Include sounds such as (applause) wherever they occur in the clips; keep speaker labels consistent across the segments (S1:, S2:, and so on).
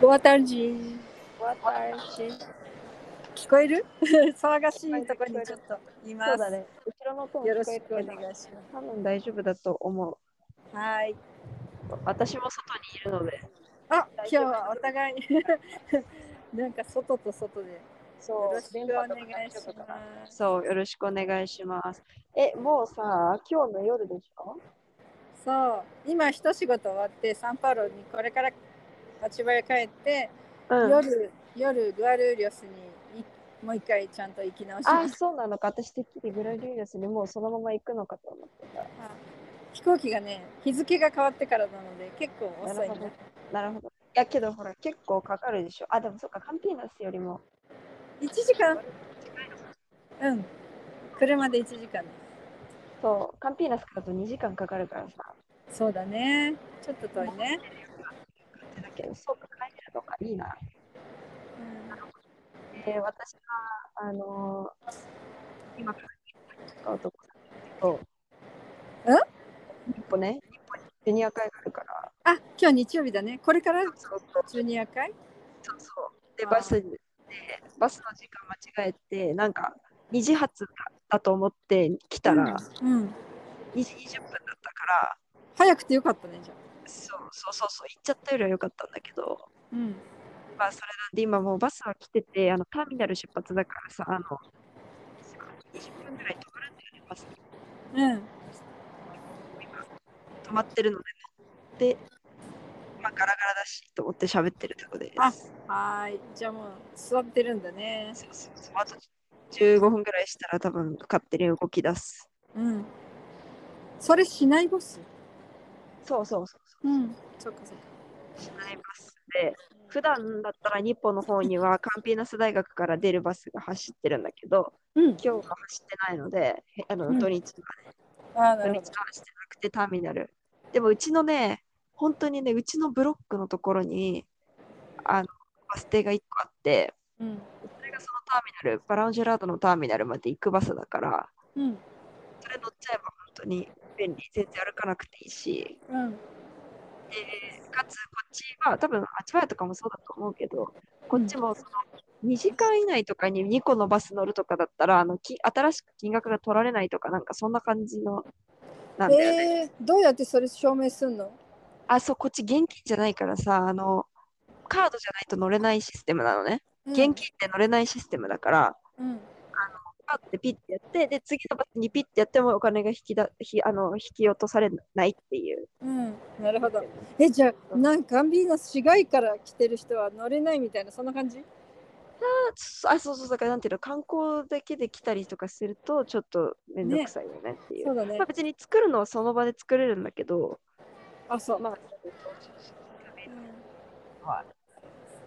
S1: Boa tarde.
S2: Boa tarde.
S1: 聞こえ
S2: (laughs)
S1: る騒がしいとこにちょっとい
S2: そ
S1: ま
S2: う
S1: す。
S2: だね。後ろの音も
S1: よろ
S2: 聞こ
S1: し
S2: え
S1: くお
S2: るけ
S1: 願
S2: ど
S1: いします。
S2: 多分大丈夫だと思う。
S1: はい。
S2: 私も外にいるので。
S1: あ、今日はお互い (laughs) なんか外と外でよ
S2: そ
S1: ろしくお願いします。
S2: そう、よろしくお願いします。え、もうさ、今日の夜でしょ
S1: そう、今一仕事終わってサンパウロにこれから立場へ帰って、
S2: うん。
S1: 夜夜グアルーリョスにいもう一回ちゃんと行き直しま
S2: あ、
S1: す。
S2: そうなのか。私てっきりグラディウスにもうそのまま行くのかと思ってた。
S1: 飛行機がね、日付が変わってからなので結構遅
S2: ないるほ
S1: な
S2: ど。なるほど。いやけどほら、結構かかるでしょ。あ、でもそっか、カンピーナスよりも。
S1: 1時間うん。車で1時間で
S2: そう、カンピーナスからだと2時間かかるからさ。
S1: す。そうだね。ちょっと遠いね。
S2: だけど、そうか、帰れるのかいいな。で私はあのー、今から男さんと日本ね日本にジュニア会があるから
S1: あ、今日日曜日だね。これから
S2: そうそう
S1: ジュニア会
S2: そうそうで
S1: あー
S2: バスでバスの時間間違えてなんか2時発だと思って来たら
S1: うん。
S2: 2時20分だったから、
S1: 早くてよかったね、じゃあ。
S2: そうそうそうそう行っちゃったよりは良かったんだけど
S1: うん。
S2: まあそれなんで今もうバスは来ててあのターミナル出発だからさあの20分ぐらい止まるんだよねバス
S1: うん。
S2: 止まってるので、で、まあ、ガラガラだしと思って喋ってるとこです。
S1: あはーい。じゃあもう座ってるんだね。
S2: そうそうそう。あと15分ぐらいしたら多分勝手に動き出す。
S1: うん。それしないボス
S2: そうそうそう
S1: うん。そっかそっか。
S2: そう。しないバスで、普段だったら日本の方にはカンピーナス大学から出るバスが走ってるんだけど、
S1: うん。
S2: 今日は走ってないので、へあの
S1: うん
S2: 土日は
S1: あーな
S2: 土
S1: るほ
S2: 日は
S1: ど。
S2: 走ってなくてターミナル。でもうちのね、本当にね、うちのブロックのところに、あの、バス停が1個あって、
S1: うん。
S2: それがそのターミナル、バランジェラードのターミナルまで行くバスだから、
S1: うん。
S2: それ乗っちゃえば本当に便利、全然歩かなくていいし、
S1: うん。
S2: でかつこっちは、多分あちばやとかもそうだと思うけど、こっちもその2時間以内とかに2個のバス乗るとかだったら、あのき新しく金額が取られないとか、なんかそんな感じの、なんだよ
S1: えー、
S2: ね。
S1: どうやってそれ証明すんの
S2: あ、そう、こっち現金じゃないからさ、あの、カードじゃないと乗れないシステムなのね。現金って乗れないシステムだから、
S1: うん。
S2: パッてピッてやって、で、次のバスにピッてやってもお金が引きだひあの引き落とされないっていう。
S1: うん。なるほど。え、じゃあ、なんかガンビーの市街から来てる人は乗れないみたいな、そんな感じ
S2: あ、そあそうそう、だからなんていうの、観光だけで来たりとかすると、ちょっとめんどくさいよねっていう。
S1: そうだね
S2: まあ、。別に作るのはその場で作れるんだけど、
S1: あ、そう。
S2: まあ、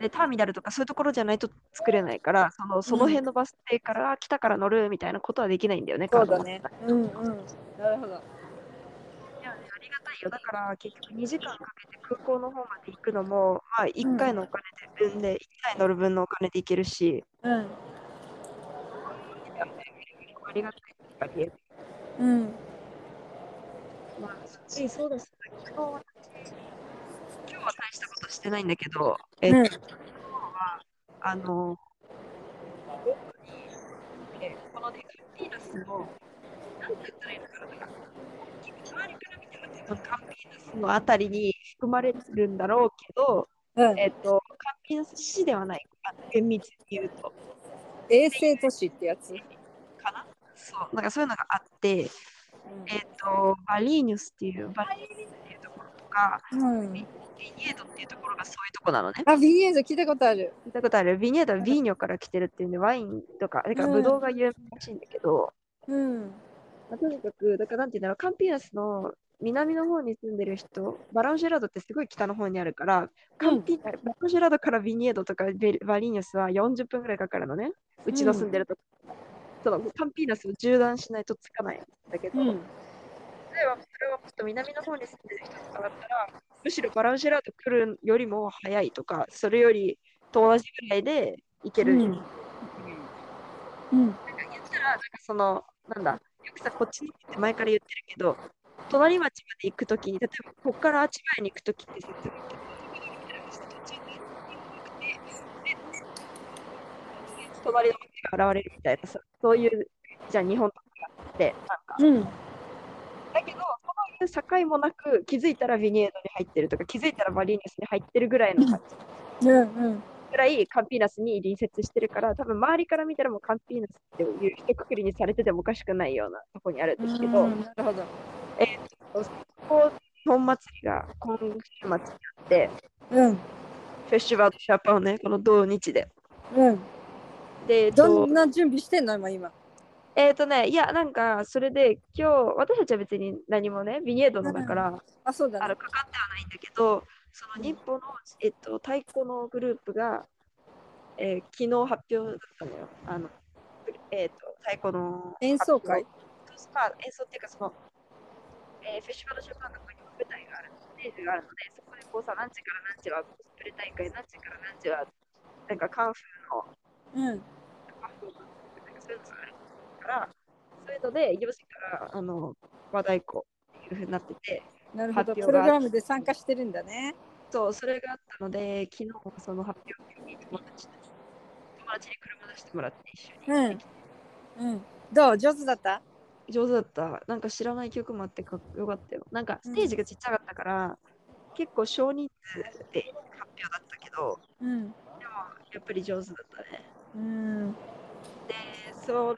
S2: でターミナルとかそういうところじゃないと作れないから、そのその辺のバス停から来たから乗るみたいなことはできないんだよね、
S1: そ
S2: カ
S1: う
S2: ード
S1: だ
S2: 持って
S1: ね
S2: ない。
S1: うんうん。なるほど。
S2: いやありがたいよ。だから結局2時間かけて空港の方まで行くのも、まあ、1回のお金で分で、1回乗る分のお金で行けるし、
S1: うん。
S2: ありがたい。やっぱり
S1: うん。
S2: まあ、そうです。今日は今日は大したことしてないんだけど、えっと
S1: うん
S2: あの、えこのデカンピーナスの、なんて言ったらいいのかな、なんか周りから見ても多分カンピーナスのあたりに含まれてるんだろうけど、
S1: うん。
S2: えっと、カンピーナス市ではない、あ厳密に言うと、
S1: 衛星都市ってやつ。
S2: かな。そう、なんかそういうのがあって、え
S1: う
S2: っと、バリーニュスっていう、バリーニュスっていうところとか、
S1: ん。うん、
S2: ビニエードっていうところがそういうとこなのね。
S1: あ、ビーエーズ聞いたことある。
S2: 聞いたことある。ビニエードはビーニョから来てるっていうんで、ワインとか、だから
S1: うん
S2: ブドウが有名らしいんだけど、
S1: うん。
S2: まあとにかく、だからなんていうんだろう、カンピーナスの南の方に住んでる人、バランシェラードってすごい北の方にあるから、カンピ、バランシェラードからビニエードとかベバリーニョスは40分ぐらいかかるのね。うちの住んでるとこ、そのカンピーナスを縦断しないとつかないんだけど、
S1: うん。
S2: 例えばそれをもっと南の方に住んでる人とかだったら、むしろバランシェラート来るよりも早いとか、それよりと同じぐらいで行ける。
S1: うんうん。
S2: 言ったら、なんかその、なんだ、よくさ、こっちにって前から言ってるけど、隣町まで行くときに、例えばここからあちばやに行くときってさ、ずっとここに来てる人途中で隣の街が現れるみたいなさ、そういう、じゃあ日本とかがあって、なんか
S1: うん。
S2: だけど、そういう境もなく、気づいたらヴィニエードに入ってるとか、気づいたらバリーニュスに入ってるぐらいの感じ
S1: うんうん。
S2: ぐらい、カンピーナスに隣接してるから、多分周りから見たらもうカンピーナスっていう一括りにされててもおかしくないようなとこにあるんですけど、
S1: なるほど。
S2: こう日本祭りが今週末にあって、
S1: うん
S2: フェスティバル・シャパンね、この同日で。
S1: うん。
S2: で、えっ
S1: ど
S2: と
S1: ん、な準備してんの今今。
S2: えっとね、いや、なんか、それで今日、私たちは別に何もね、ヴィニエードのだから、
S1: あそうだ
S2: あ
S1: ね
S2: の。かかってはないんだけど、その日本の、えっと、太鼓のグループが、えー昨日発表だったのよ。あのえっと太鼓の
S1: 演奏会
S2: 発表そうまあ演奏っていうかその、えーフェスティバルジャパンのここにも舞台があるステージがあるので、そこでこうさ、何時から何時はコスプレ大会、何時から何時はなんかカンフ
S1: うん。
S2: パフォーマンスとかそういうのがあるから、そういうので、4時からあの和太鼓っていうふうになってて。
S1: なるほど。
S2: 発表
S1: プ
S2: が
S1: ログラムで参加してるんだね。
S2: そう、それがあったので、昨日その発表会に友達と友達に車出してもらって一緒に。
S1: うん。うん。どう上手だった
S2: 上手だった。なんか知らない曲もあってかっこよかったよ。なんかステージがちっちゃかったから、結構少人数で発表だったけど、
S1: うん。
S2: でもやっぱり上手だったね。
S1: うん。
S2: で、それがね、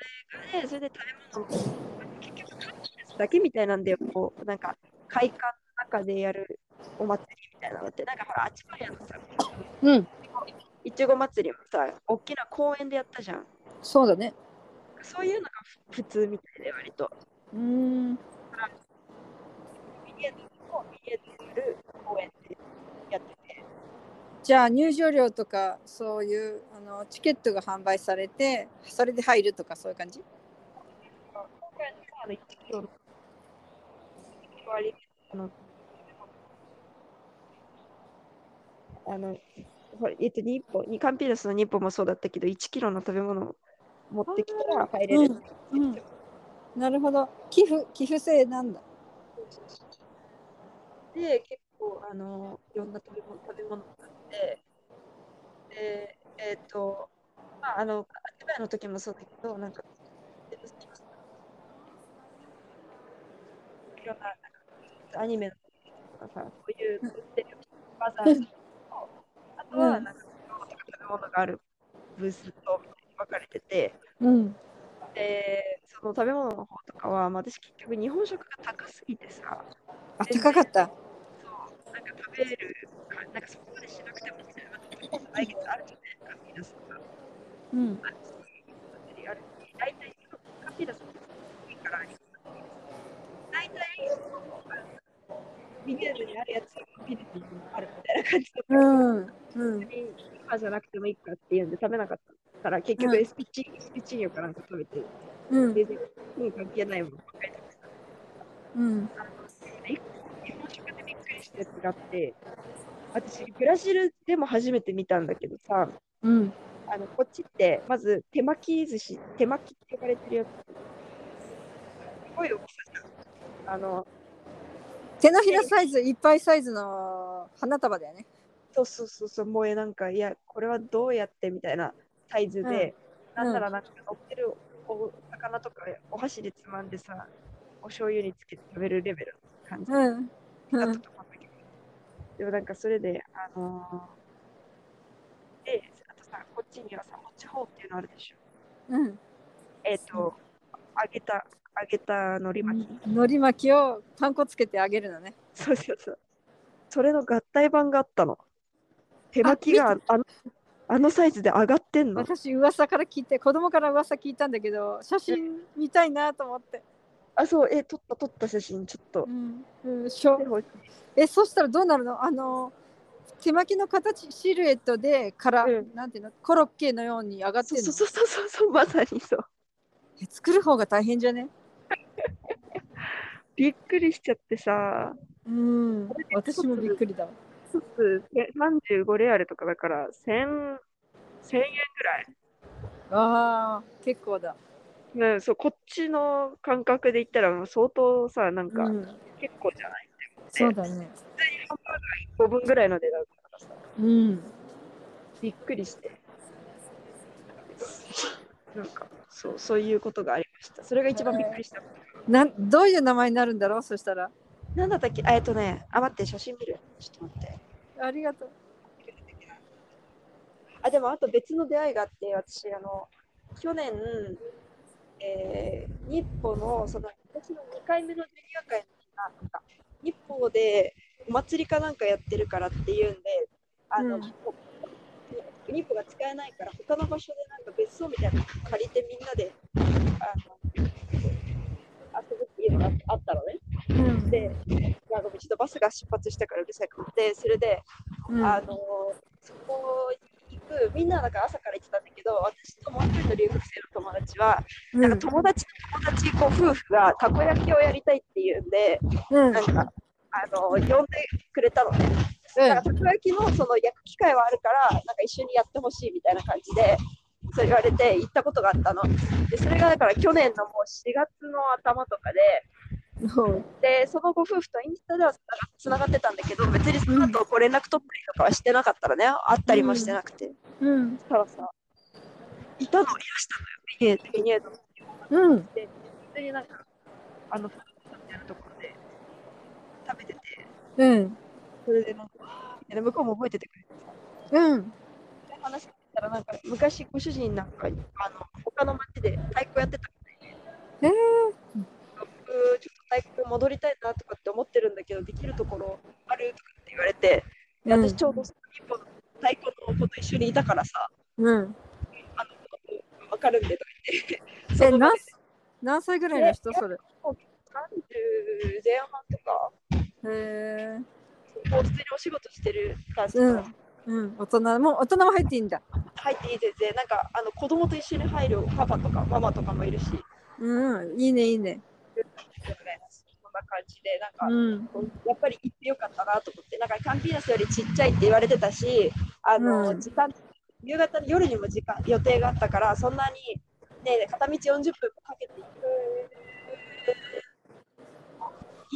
S2: それで食べ物も結局カンフルだけみたいなんで、こう、なんか会館の中でやるお祭りみたいなのって、なんかほら、あっちまでやのさ、
S1: うん。
S2: いちご祭りもさ、大きな公園でやったじゃん。
S1: そうだね。
S2: そういうのがふ普通みたいで、割と。
S1: うん。
S2: ミニエットをミニエットする公園でやってて。
S1: じゃあ入場料とかそういうあのチケットが販売されてそれで入るとかそういう感じ
S2: 今回のさ、あの、1キロの割りあの、あの、ほらえっと、日本、にカンピラスの日本もそうだったけど、1キロの食べ物を持ってきたら入れる。
S1: うんうんなるほど寄付寄付制なんだ
S2: で、結構、あの、いろんな食べ物食べ物があって、で、えっ、と、まあ、あの、秋葉原の時もそうだけど、なんか、でもいろんな、なんかアニメのとかさ、そういう、売ってるバザーと、あとは、なんか、食べ物があるブースと分かれてて、
S1: うん
S2: で、その食べ物の方とかは、まあ、私結局日本食が高すぎてさ、
S1: あ高かった
S2: そう、なんか食べる、なんかそこまでしなくても、みたいな、来月あるじゃないですか、皆さんが。
S1: うん
S2: あれあれ大体、カピラさんいいからあり大体、ビニールにあるやつ、ビニールにあるみたいな感じで、
S1: うんうん
S2: 別に今じゃなくてもいいかっていうんで食べなかったから、結局
S1: うん
S2: SP チー、チーニョかなんか食べて、
S1: うん
S2: 全然意味関係ないものばっかり食べてた。
S1: うん
S2: 日本食でびっくりしたやつがあって、私、ブラジルでも初めて見たんだけどさ、
S1: うん
S2: あのこっちって、まず手巻き寿司、手巻きって呼ばれてるやつ。すごい大きさじゃん。あの、
S1: 手のひらサイズいっぱいサイズの花束だよね
S2: そうそうそうそう、もうえなんか、いや、これはどうやってみたいなサイズで、
S1: うん
S2: なんならなんか乗ってるお魚とかお箸でつまんでさ、お醤油につけて食べるレベルの感じ。
S1: うんう
S2: だった
S1: ん
S2: と思うんだけど。でもなんかそれで、あのーで、あとさ、こっちにはさ、こっち方っていうのあるでしょ。
S1: うん
S2: えっ、と、揚げた、揚げた海苔巻き。
S1: のり巻きをパン粉つけてあげるのね
S2: そうそうそう。それの合体版があったの。手巻きがあのあのサイズで上がってんの。
S1: 私噂から聞いて子供から噂聞いたんだけど写真見たいなと思って
S2: あ、そう、え、撮った撮った写真、ちょっと
S1: う。んうんしょ
S2: でほ
S1: えそしたらどうなるのあの手巻きの形シルエットでから、
S2: うん
S1: なんていうのコロッケのように上がって
S2: そ
S1: る
S2: う
S1: の
S2: そうそうそうそうそう、まさにそう。
S1: え作る方が大変じゃね
S2: びっくりしちゃってさ、
S1: うん私もびっくりだわ
S2: 一つえ35レアルとかだから1000、1000円ぐらい。
S1: あー結構だ、
S2: ね、そうこっちの感覚で言ったらもう相当さなん
S1: う
S2: か
S1: ん、
S2: 結構じゃない、
S1: そうだね
S2: ハンバーガー1個分ぐらいの値段だからさ
S1: うん
S2: びっくりしてなんかそうそういうことがありました。それが一番びっくりした。
S1: なんどういう名前になるんだろうそしたら
S2: なんだったっけあえっとね、あ、待って、写真見る。ちょっと待って。
S1: ありがとう
S2: あ、でもあと別の出会いがあって、私、あの、去年、えー、日報の、その、私の2回目のジュニア会の日が、なんか、日報でお祭りかなんかやってるからっていうんで、あの、
S1: うん
S2: 日報が使えないから、他の場所でなんか別荘みたいなの借りてみんなで、あの、遊ぶっていうのがあったのね。
S1: うん
S2: で、まあごめんちょっとバスが出発したからうるさいから。で、それで、
S1: うん
S2: あのそこに行くみんななんか朝から行ってたんだけど私ともう一人の留学生の友達は、
S1: う
S2: なん
S1: ん
S2: か友達と友達こう夫婦がたこ焼きをやりたいっていうんで
S1: うん
S2: なんかあの呼んでくれたのね。だからたこ焼きのその焼く機会はあるからなんか一緒にやってほしいみたいな感じで。そう言われて行ったことがあったのでそれがだから去年のもう4月の頭とかで
S1: うん
S2: でそのご夫婦とインスタではつながつながってたんだけど別にその後こう連絡取ったりとかはしてなかったらね会ったりもしてなくて、
S1: うん
S2: たださいたのいらしたのよビニエードの
S1: うん
S2: 普通になんかあのパンみたいなところで食べてて
S1: うん
S2: それでなんかで向こうも覚えててくれてさ
S1: うん
S2: で話してたらなんか昔ご主人なんかあの他の町で太鼓やってた
S1: えー
S2: 僕ちょっと太鼓戻りたいなとかって思ってるんだけどできるところあるとかって言われてで
S1: うん
S2: 私ちょうどその日本の太鼓の子と一緒にいたからさ、
S1: うん
S2: あの、わかるんでとか言って、
S1: え
S2: その場
S1: 何
S2: で
S1: 何歳ぐらいの人
S2: え
S1: それ
S2: 30前半とか、
S1: へえ
S2: もう普通にお仕事してる感じ
S1: う
S2: が
S1: んうん大人も大人も入っていいんだ
S2: 入っていい全然、なんかあの子供と一緒に入るパパとかママとかもいるし、み
S1: うんいいねいいね
S2: たいなそんな感じで、なんか、
S1: うん
S2: やっぱり行ってよかったなと思って、なんかキャンピーナスよりちっちゃいって言われてたし、あの、
S1: うん
S2: 時間、夕方の夜にも時間、予定があったから、そんなに、ね、片道40分もかけて行く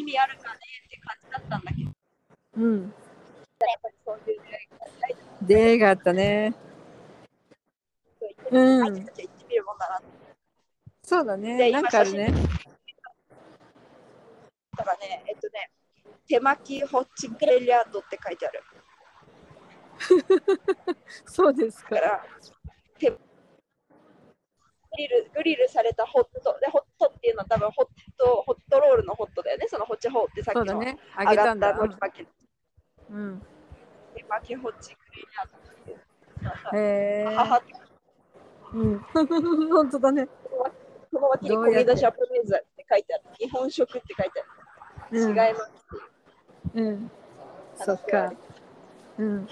S2: 意味あるかねって感じだったんだけど、や
S1: うん
S2: っぱりそういう出会いが大事
S1: 出会いがあったね
S2: だ
S1: う
S2: な、
S1: ん
S2: 相手たちは行ってみるもんだなって
S1: そうだね
S2: で
S1: なんかあるね
S2: だからね、えっとね、手巻きホッチクレリアードって書いてある。
S1: そうですか
S2: だから、手グリルグリルされたホットで、ホットっていうのは多分ホット、ホットロールのホットだよね、そのホッチホーってさっき
S1: そ
S2: の
S1: うだねあ
S2: 上
S1: げ
S2: が
S1: た
S2: っ
S1: ん
S2: た
S1: だ
S2: のに負けて、
S1: うん
S2: 手巻きホッチクリーナーっていう。
S1: へえ
S2: 母
S1: うん本当だね
S2: その脇にコミダシャプレーズって書いてある。日本食って書いてある。
S1: うん
S2: 違いますっていう
S1: うん
S2: 話
S1: そっ
S2: があ
S1: か
S2: る。
S1: うん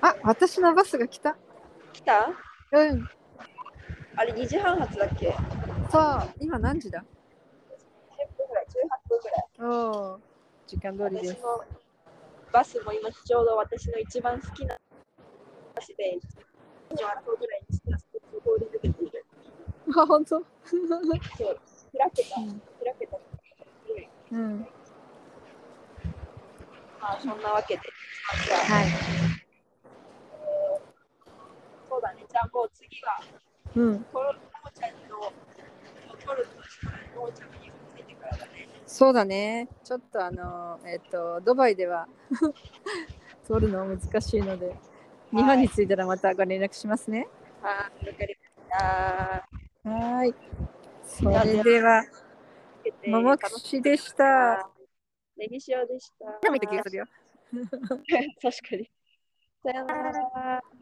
S1: あ私のバスが来た
S2: 来た
S1: うん
S2: あれ2時半発だっけ ?10 分
S1: そう今何時だ
S2: ぐらい、18分ぐらい。
S1: おお時間通りで
S2: 私
S1: す
S2: のバスも今ちょうど私の一番好きなバスで、一応争うぐらいに好きなスポーツを通り抜けている。
S1: あ本当
S2: そう、開けた、
S1: う
S2: 開
S1: ん
S2: けた。
S1: うん
S2: まあそんなわけで、じゃあ
S1: はい
S2: そうだね、じゃあもう次は、
S1: うん
S2: このともちゃんの、取るとしたら、ともちゃんについてからだね。
S1: そうだねちょっとあのえっ、とドバイでは通るの難しいので日本に着いたらまたご連絡しますね
S2: はい、わかりました。
S1: はーいそれではももくしでした。
S2: ネギ塩でした。
S1: でもいい時するよ
S2: 確かに。さよなら。